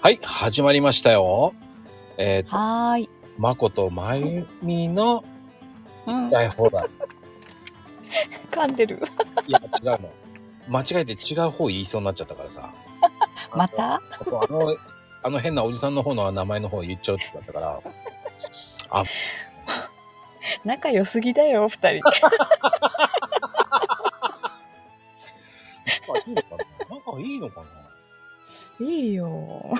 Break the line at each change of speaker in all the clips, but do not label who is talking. はい、始まりましたよ。えー、
はーい。
まことまゆみの
うん、
台放題。
噛んでる。
いや、違うの。間違えて違う方言いそうになっちゃったからさ。
また
あとあの、あの変なおじさんの方の名前の方言っちゃうってなったから。
仲良すぎだよ、二人。
仲いいのかな仲いいのかない
いよ。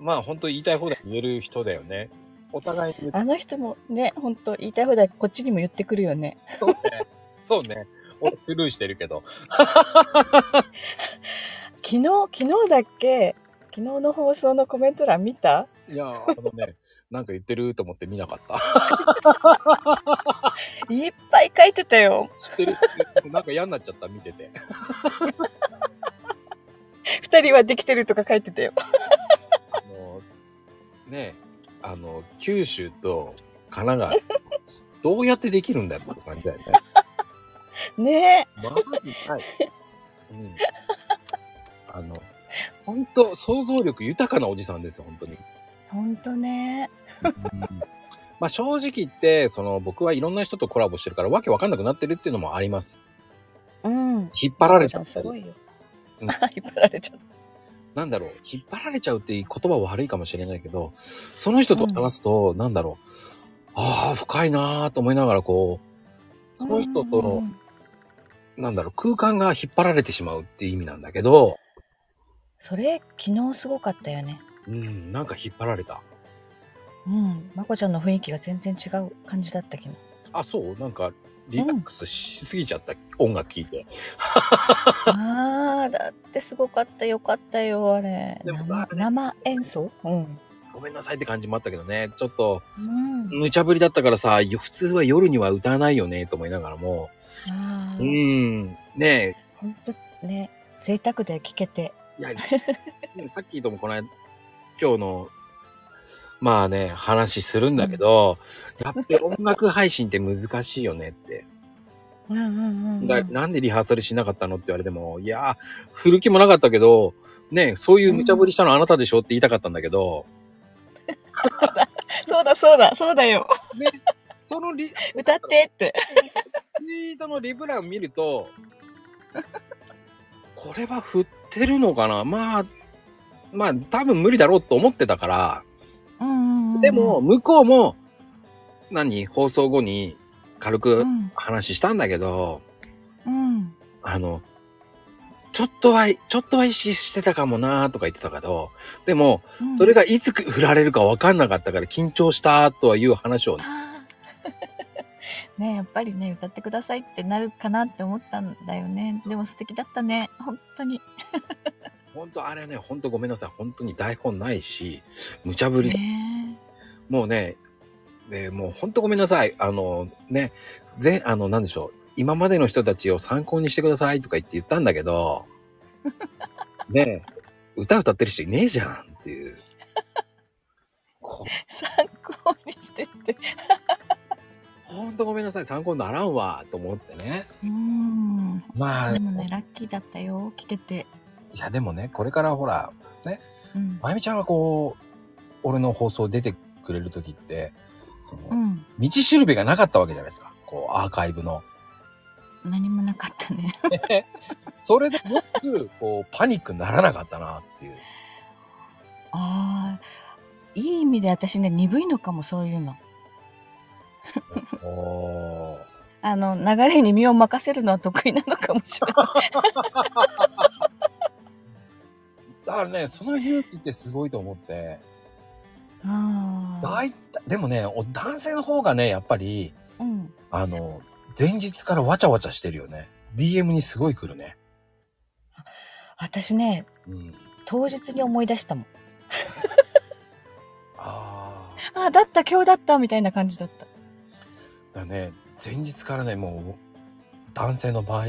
まあ、本当言いたい放題言える人だよね。お互いに言っ
あの人もね、ほんと言いたい放題こっちにも言ってくるよね。
て。そうね。俺スルーしてるけど。
昨日、昨日だっけ昨日の放送のコメント欄見た
いや、あのね、なんか言ってると思って見なかった。
いっぱい書いてたよ。
知ってる知ってるなんか嫌になっちゃった、見てて。
二人はできてるとか書いてたよ。
あの、ねえ、あの、九州と神奈川、どうやってできるんだよって感じだよね。
ね
マジかい。うん。あの、本当想像力豊かなおじさんですよ、本当に。
え。ほんとね。
まあ正直言って、その僕はいろんな人とコラボしてるからわけわかんなくなってるっていうのもあります。
うん。
引っ張られち
ち
ゃ
ゃ
うん
すごいよ。
うん
引っ張られちゃっ
なんだろう、引っ張られちゃうって言葉は悪いかもしれないけど、その人と話すと、なんだろう、ああ、深いなーと思いながらこう、
た。
その人と
う
の、
ん
なんだろう、空間が引っ張られてしまうっていう意味なんだけど、
それ、昨日すごかったよね。
うん、なんか引っ張られた。
うん。まこちゃんの雰囲気が全然違う感じだったけど。
あ、そうなんか、リラックスしすぎちゃった、音楽聴いて。
ああ、だってすごかった、よかったよ、あれ。
でも
生
あれ
生演奏うん。
ごめんなさいって感じもあったけどね、ちょっと、
うん。
無茶ぶりだったからさ、よ普通は夜には歌わないよね、と思いながらも、
ああ
う、ん、ね
ほんとね、贅沢で聴けて。
え、いや、ね さっきともこの間、今日の、まあね、話するんだけど、やっぱり音楽配信って難しいよねって。
うんうんうん。
だなんでリハーサルしなかったのって言われても、いやー、振る気もなかったけど、ね、そういう無茶ぶりしたのあなたでしょって言いたかったんだけど、
そうだ、そうだ、そうだよ。
そのリ、
歌ってって。
ツイートのリプラを見ると、これは振ってるのかなまあ、まあ多分無理だろうと思ってたから、
うんうんうん。
でも、向こうも、何放送後に軽
う
く
ん、
話したんだけど、
うん。
あの、ちょっとは、ちょっとは意識してたかもなーとか言ってたけど、でも、
うん
それ、がいつ振られるか分かんなかったから緊張したとはいう話を、
あー ねやっぱりね、歌ってくださいってなるかなって思ったんだよね。でも素敵だったね。本当に。
本当あれね、本当ごめんなさい。本当に台本ないし、無茶ぶり、
ね
もうね、えーもう本当ごめんなさい。あのね、ぜ、あの、なんでしょう。今までの人たちを参考にしてくださいとか言って言ったんだけど、ねえ、歌歌ってる人いねえじゃんっていう。こ
参考にしてって。
ほんとごめんなさい。参考にならんわ、と思ってね。
うん。
まあ、
でもね、ラッキーだったよ、聞けて。
いやでもね、これからほら、
うん。
まゆみちゃんがこう、俺の放送出てくれる時って、その、
うん。
道しるべがなかったわけじゃないですか。こう、アーカイブの。
何もなかったね。
それでよく、こう、パニックにならなかったなって いう。
ああ、いい意味で私ね、鈍いのかも、そういうの。
おー
あの、流れに身を任せるのは得意なのかもしれ ない。
だからね、その勇気ってすごいと思って。
ああ。
大体、でもね、お男性の方がね、やっぱり、
うん。
あの、前日からわちゃわちゃしてるよね。DM にすごい来るね。
私ね、
うん。
当日に思い出したもん。
あー。
ああ、だった、今日だった、みたいな感じだった。
だね、前日からね、もう、男性の場合、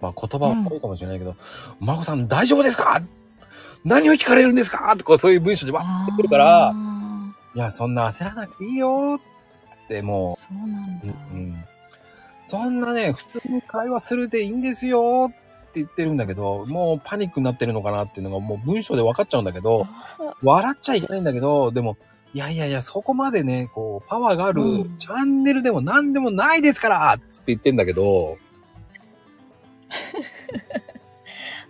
まあ言葉は濃いかもしれないけど、真帆さん大丈夫ですか何を聞かれるんですかとかそういう文章でわ
あ
って
あ。
くるから、いや、そんな焦らなくていいよって、も
そうなん
う、
だ。
うん、うん。そんなね、普通に会話するでいいんですよ言ってるんだけど、もうパニックになってるのかなっていうのがもう文章で分かっちゃうんだけど、
あ
笑っちゃいけないんだけど、でも、いやいやいや、そこまでね、こう、パワーがある
うん
チャンネルでも何でもないですからって言ってんだけど、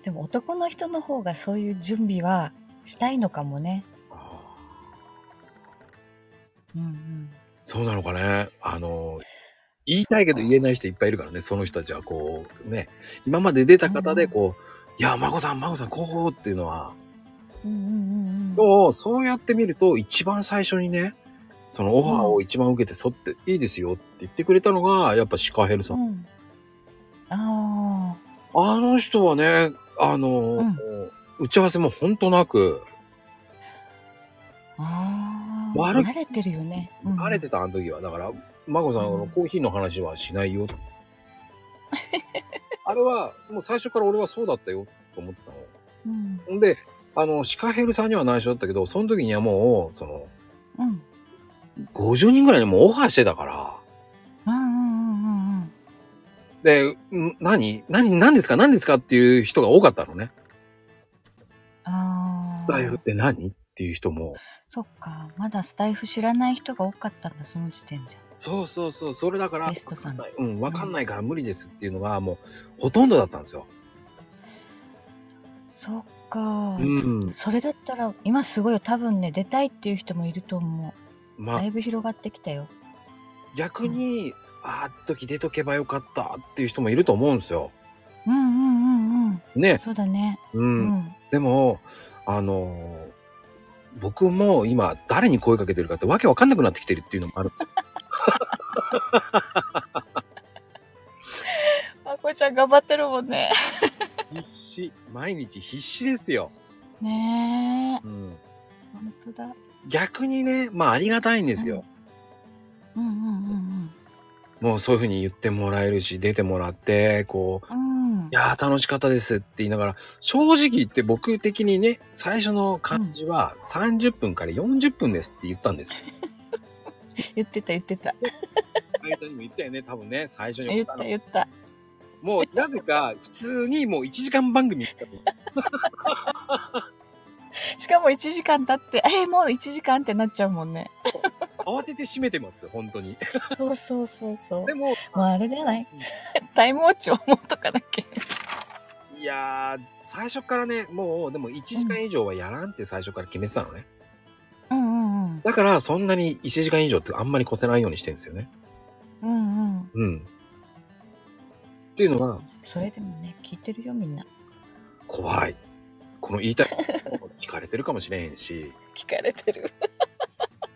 でも男の人の方がそういう準備はしたいのかもね。うんうん。
そうなのかね。あの、言いたいけど言えない人いっぱいいるからね、その人たちはこう、ね、今まで出た方でこう、いや、まこさん、まこさん、こうこうっていうのは、
うんうんうんうん。
そう、そうやってみると、一番最初にね、そのオファーを一番受けて、そって、いいですよって言ってくれたのが、やっぱシカヘルさん。
うん、あ
あの人はね、あの、
ん
打ち合わせもほんとなく、
あ。ああ。
悪い
慣れてるよね。
慣れてた、あの時は。だから、まこさん、あ
う
の、
ん
コーヒーの話はし ないよ。あれは、もう最初から俺はそうだったよ、と思ってたの。
うん。
ほんで、あの、シカヘルさんには内緒だったけど、その時にはもう、その、
うん。
50人ぐらいにもうオファーしてたから、
うんうんうんうんうん。
で、ん何何何ですか何ですかっていう人が多かったのね。
ああ。
スタイフって何っていう人も。
そっか。まだスタイフ知らない人が多かったんだ、その時点じゃ。
そうそうそう、それだから、
ゲストさん
わかないうん、わかんないから無理ですっていうのが、もう、ほとんどだったんですよ。
そっか。
うん。
それだったら、今すごいよ。多分ね、出たいっていう人もいると思う。
まあ
だ、いぶ広がってきたよ。
逆に、あーっとき出とけばよかったっていう人もいると思うんですよ。
うんうんうんうん。
ね。
そうだね。
う。
うんん。
でも、あのー僕も今、誰に声かけてるかってわけわかんなくなってきてるっていうのもあるんですよ。
まこちゃん頑張ってるもんね。
必死。毎日必死ですよ。
ねえ。
うん。
本当だ。
逆にね、まあありがたいんですよ。
うんうん
もうそういうふうに言ってもらえるし、出てもらって、こう、
うんうん。う
い。
ん
やー楽しかったですって言いながら、正直言って僕的にね、最初の感じは30分から40分ですって言ったんですよ。
言ってた言ってた。
最初にも言ったよね、多分ね、最初
言った言った。
もう、なぜか、普通にもう1時間番組
しかも1時間経って、えもう1時間ってなっちゃうもんね。
慌てて締めてます、本当に。
そうそうそうそう。
でも、
もうあれじゃないタイムウォッチを持っとかなきゃ。
いやー、最初からね、もう、でも1時間以上はやらんって最初から決めてたのね。
うんうんうん。
だから、そんなに1時間以上ってあんまり越せないようにしてるんですよね。
うんうん。
うん。っていうのが、
それでもね、聞いてるよみんな。
怖い。この言いたいことを聞かれてるかもしれへんし、
聞かれてる。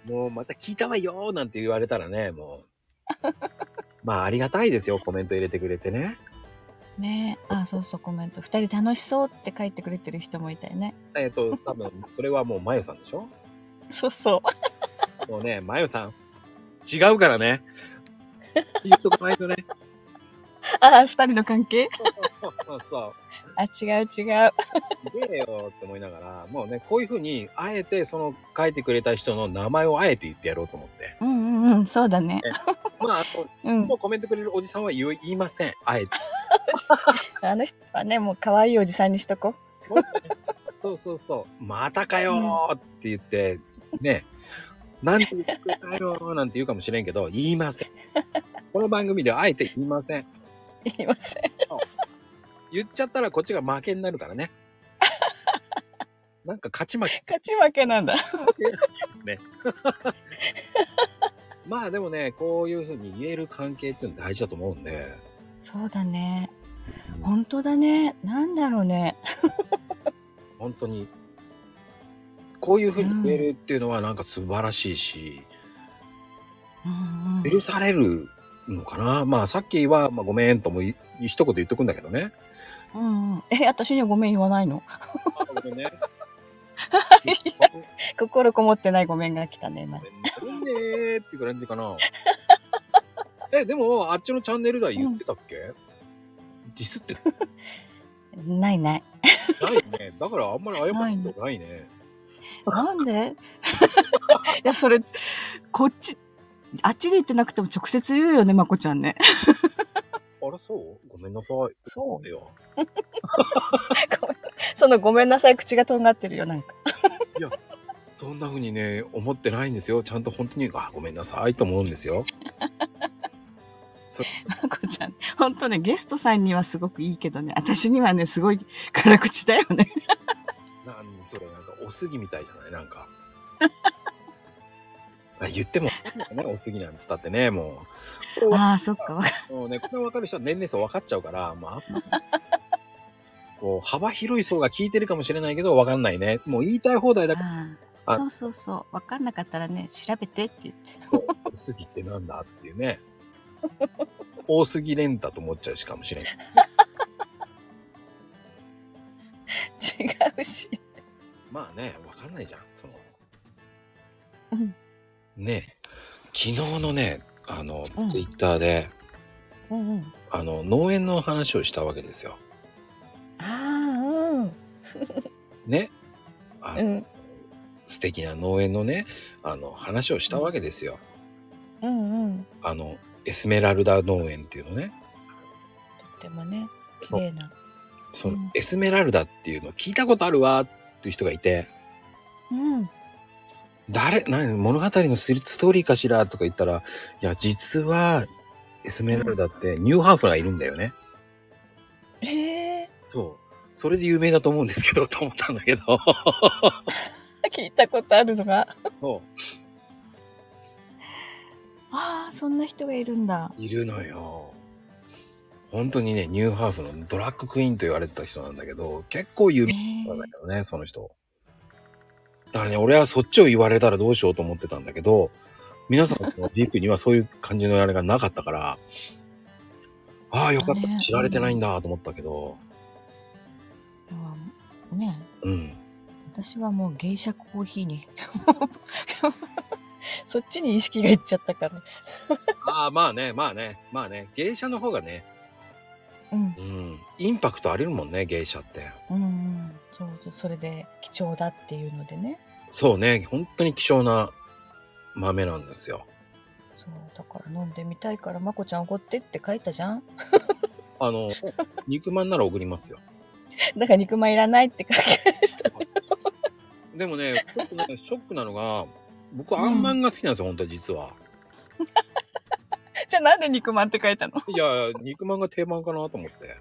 もうまた聞いたわよーなんて言われたらね、もう。 まあありがたいですよ、コメント入れてくれてね。
ねえ。あ、そうそうコメント。二人楽しそうって書いてくれてる人もいたよね。
えっ、と、多分、それはもうまゆさんでしょ
そうそう。
もうね、まゆさん、違うからね。言っとかないとね。
あ、二人の関係
そうそうそ
あ、違う違う。
う。でよって思いながら、もうね、こういうふうに、あえてその書いてくれた人の名前をあえて言ってやろうと思って。
うんうんうん、そうだね。
まあ、あと
うん
も。うコメントくれるおじさんは言う言いません。あえて。
あの人はね、もう可愛いおじさんにしとこ
そうそうそう。またかよーって言って、ね、なんて言ってくれたよーなんて言うかもしれんけど、言いません。この番組ではあえて言いません。
う。言いません。
言っちゃったらこっちが負けになるからね。なんか勝ち負け。
勝ち負けなんだ。
まあでもね、こういうふうに言える関係っていうの大事だと思うんで。
そうだね。
ほん
本当だね。なんだろうね。
本当に。こういうふうに言えるっていうのはなんか素晴らしいし、
うんうん。
許されるのかなまあさっきは、まあ、ごめんともい一言言っとくんだけどね。
うんうん、え、私にはごめん言わないの
あごめ んね。
心こもってないごめんが来たね、今
ご。めんねごめんねーって感じかな。え、でも、あっちのチャンネルでは言ってたっけ、ディスって
ないない。
ないね。だからあんまり謝ることないね。
なんで いや、それ、こっち、あっちで言ってなくても直接言うよね、まこちゃんね。
あれそうごめんなさい。
そう
よ。
ごめん そのごめんなさい、口がとんがってるよ、なんか。
そんな風にね、思ってないんですよ。ちゃんと本当に、あ、ごめんなさいと思うんですよ。そ
まこちゃん、ほんとね、ゲストさんにはすごくいいけどね、私にはね、すごい辛口だよね。
なんそれ、なんか、おすぎみたいじゃないなん か。あ言っても、ね、おすぎなんつったってね、もう。
ああ、そっか、わか
もうね、これ分かる人は年齢層分かっちゃうから、まああんま、こう、幅広い層が聞いてるかもしれないけど、分かんないね。もう言いたい放題だから、あ
ああそうそうそう、わかんなかったらね、調べてって言って。
多すぎってなんだっていうね。多すぎレンタと思っちゃうしかもしれない。
違うし。
まあね、分かんないじゃん。その、
うん。
ねえ、昨日のね、あの
う、ん
ツイッターで、
うんうん。
あの、農園の話をしたわけですよ。
ああ、うん。
ね。あ
うん。
素敵な農園のね、あの、話をしたわけですよ。
うんうん。
あの、エスメラルダ農園っていうのね。
とってもね、綺
そう
麗な。
その
うん
エスメラルダっていうの聞いたことあるわーっていう人がいて、
うん。
誰、何、物語のスリストーリーかしらとか言ったら、いや、実は、エスメラルダってニューハーフがいるんだよね。
へえ。
そう。それで有名だと思うんですけど、 と思ったんだけど。
聞いたことあるのが。
そ
ああ、そんな人がいるんだ。
う。いるのよ。本当にね、ニューハーフのドラッグクイーンと言われてた人なんだけど、結構有
へ
名
え。
なんだけどね、その人。だからね、俺はそっちを言われたらどうしようと思ってたんだけど、皆さんのディープにはそういう感じのあれがなかったから、ああ、よかった、
ね
知られてないんだと思ったけど、
でもね、
うん。
私はもう芸者コーヒーに そっちに意識がいっちゃったから
ああ、まあね、まあね、まあね、芸者の方がね、
うん
うん、インパクトありるもんね、芸者って。
うんうんそうそうそれで貴重だっていうのでね
そうね、本当に希少な豆なんですよ。
そうだから飲んでみたいから「まこちゃんおごって」って書いたじゃん
あ の、肉まんなら送りますよ。
だから肉まんいらないって書きま した
でもね、ちょっとね、ショックなのが、僕、あんまんが好きなんですよ、本当は実は。
じゃあなんで肉まんって書いたの
いや、肉まんが定番かなと思って。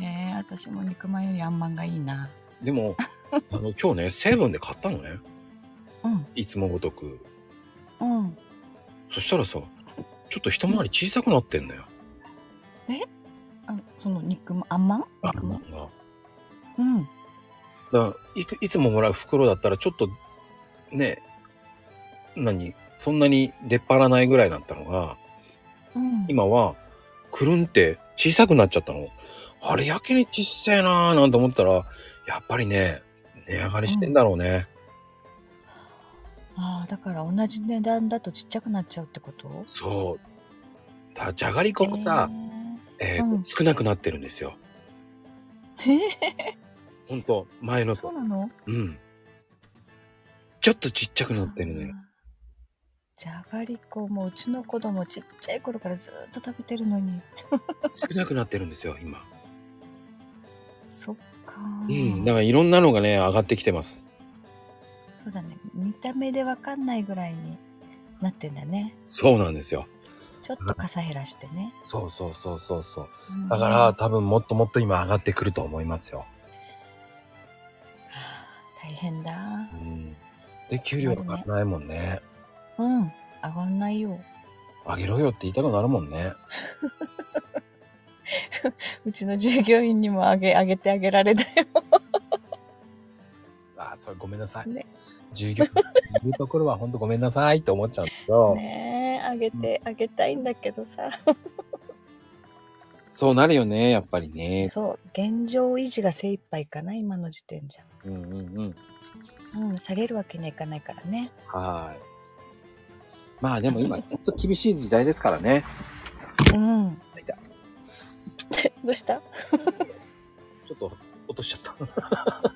えー、私も肉まんよりあんまんがいいな
でも、あの、今日ね、セブンで買ったのね。
うん
いつもごとく。
うん
そしたらさ、ちょっと一回り小さくなってんのよ。
あその肉まんあんまん
あ
肉まん
んが。
うん
だからいくいつももらう袋だったらちょっとね何そんなに出っ張らないぐらいだったのが
うん
今はくるんって小さくなっちゃったのあれやけにちっせえなーなんて思ったらやっぱりね値上がりしてんだろうね、
ああだから同じ値段だとちっちゃくなっちゃうってこと
そうだからじゃがりこもさ、えー
うん
少なくなってるんですよ
えー、
ほんと前の
そ
と
うなの
うんちょっとちっちゃくなってるの よ
あーじゃがりこもうちの子供ちっちゃい頃からずっと食べてるのに
少なくなってるんですよ今
そっか
う
ー
んだからいろんなのがね上がってきてます
そうだね見た目でわかんないぐらいになってんだね
そうなんですよ。
ちょっとかさ減らしてね、
そうそうそうそうそう。
うん
だから多分もっともっと今上がってくると思いますよ。
大変だ
うん。で、給料上がらないもんね。
うん上がんないよ
上げろよって言いたくなるもんね。
うちの従業員にもあげあげてあげられたよ
あー、それごめんなさい。
ね
従業員いるところは本当ごめんなさいって思っちゃうけど、
ねえあげてあげたいんだけどさ
そうなるよね、やっぱりね。
そう現状維持が精一杯かな今の時点じ
うんうんうん。
ゃうん下げるわけにはいかないからね
はーい。まあでも今、本当厳しい時代ですからね。
うん
痛い。
どうした
ちょっと落としちゃった。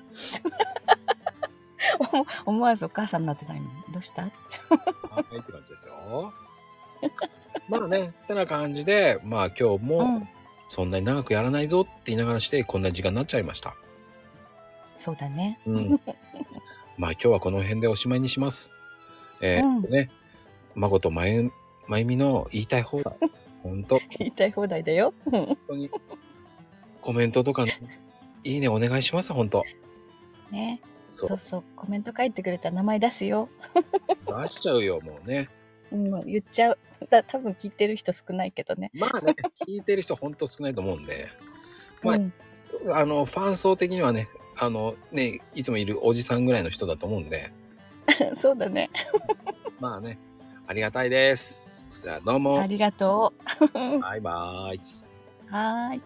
お思わずお母さんになってないのどうした
はい、って感じですよ。まあね、ってな感じで、まあ今日
う
も
ん
そんなに長くやらないぞって言いながらして、こんな時間になっちゃいました。
そうだね。
うん。まあ今日はこの辺でおしまいにします。えー
うん
ね、孫とまゆまゆみの言いたい放題。本当本
言いたい放題だよ。うん
当に。コメントとか、いいねお願いします、本当
ね。
そ
そうう。そう。コメント書いてくれたら名前出すよ。
出しちゃうよ、もうね。
うん、言っちゃう。だ多分聞いてる人少ないけどね。
まあね、聞いてる人本当少ないと思うんで、まあ
うん、
あの、ファン層的にはね、あの、ね、いつもいるおじさんぐらいの人だと思うんで、
そうだね。
まあね、ありがたいです。じゃあどうも
あ、りがとう。
バイバーイ。
はーい。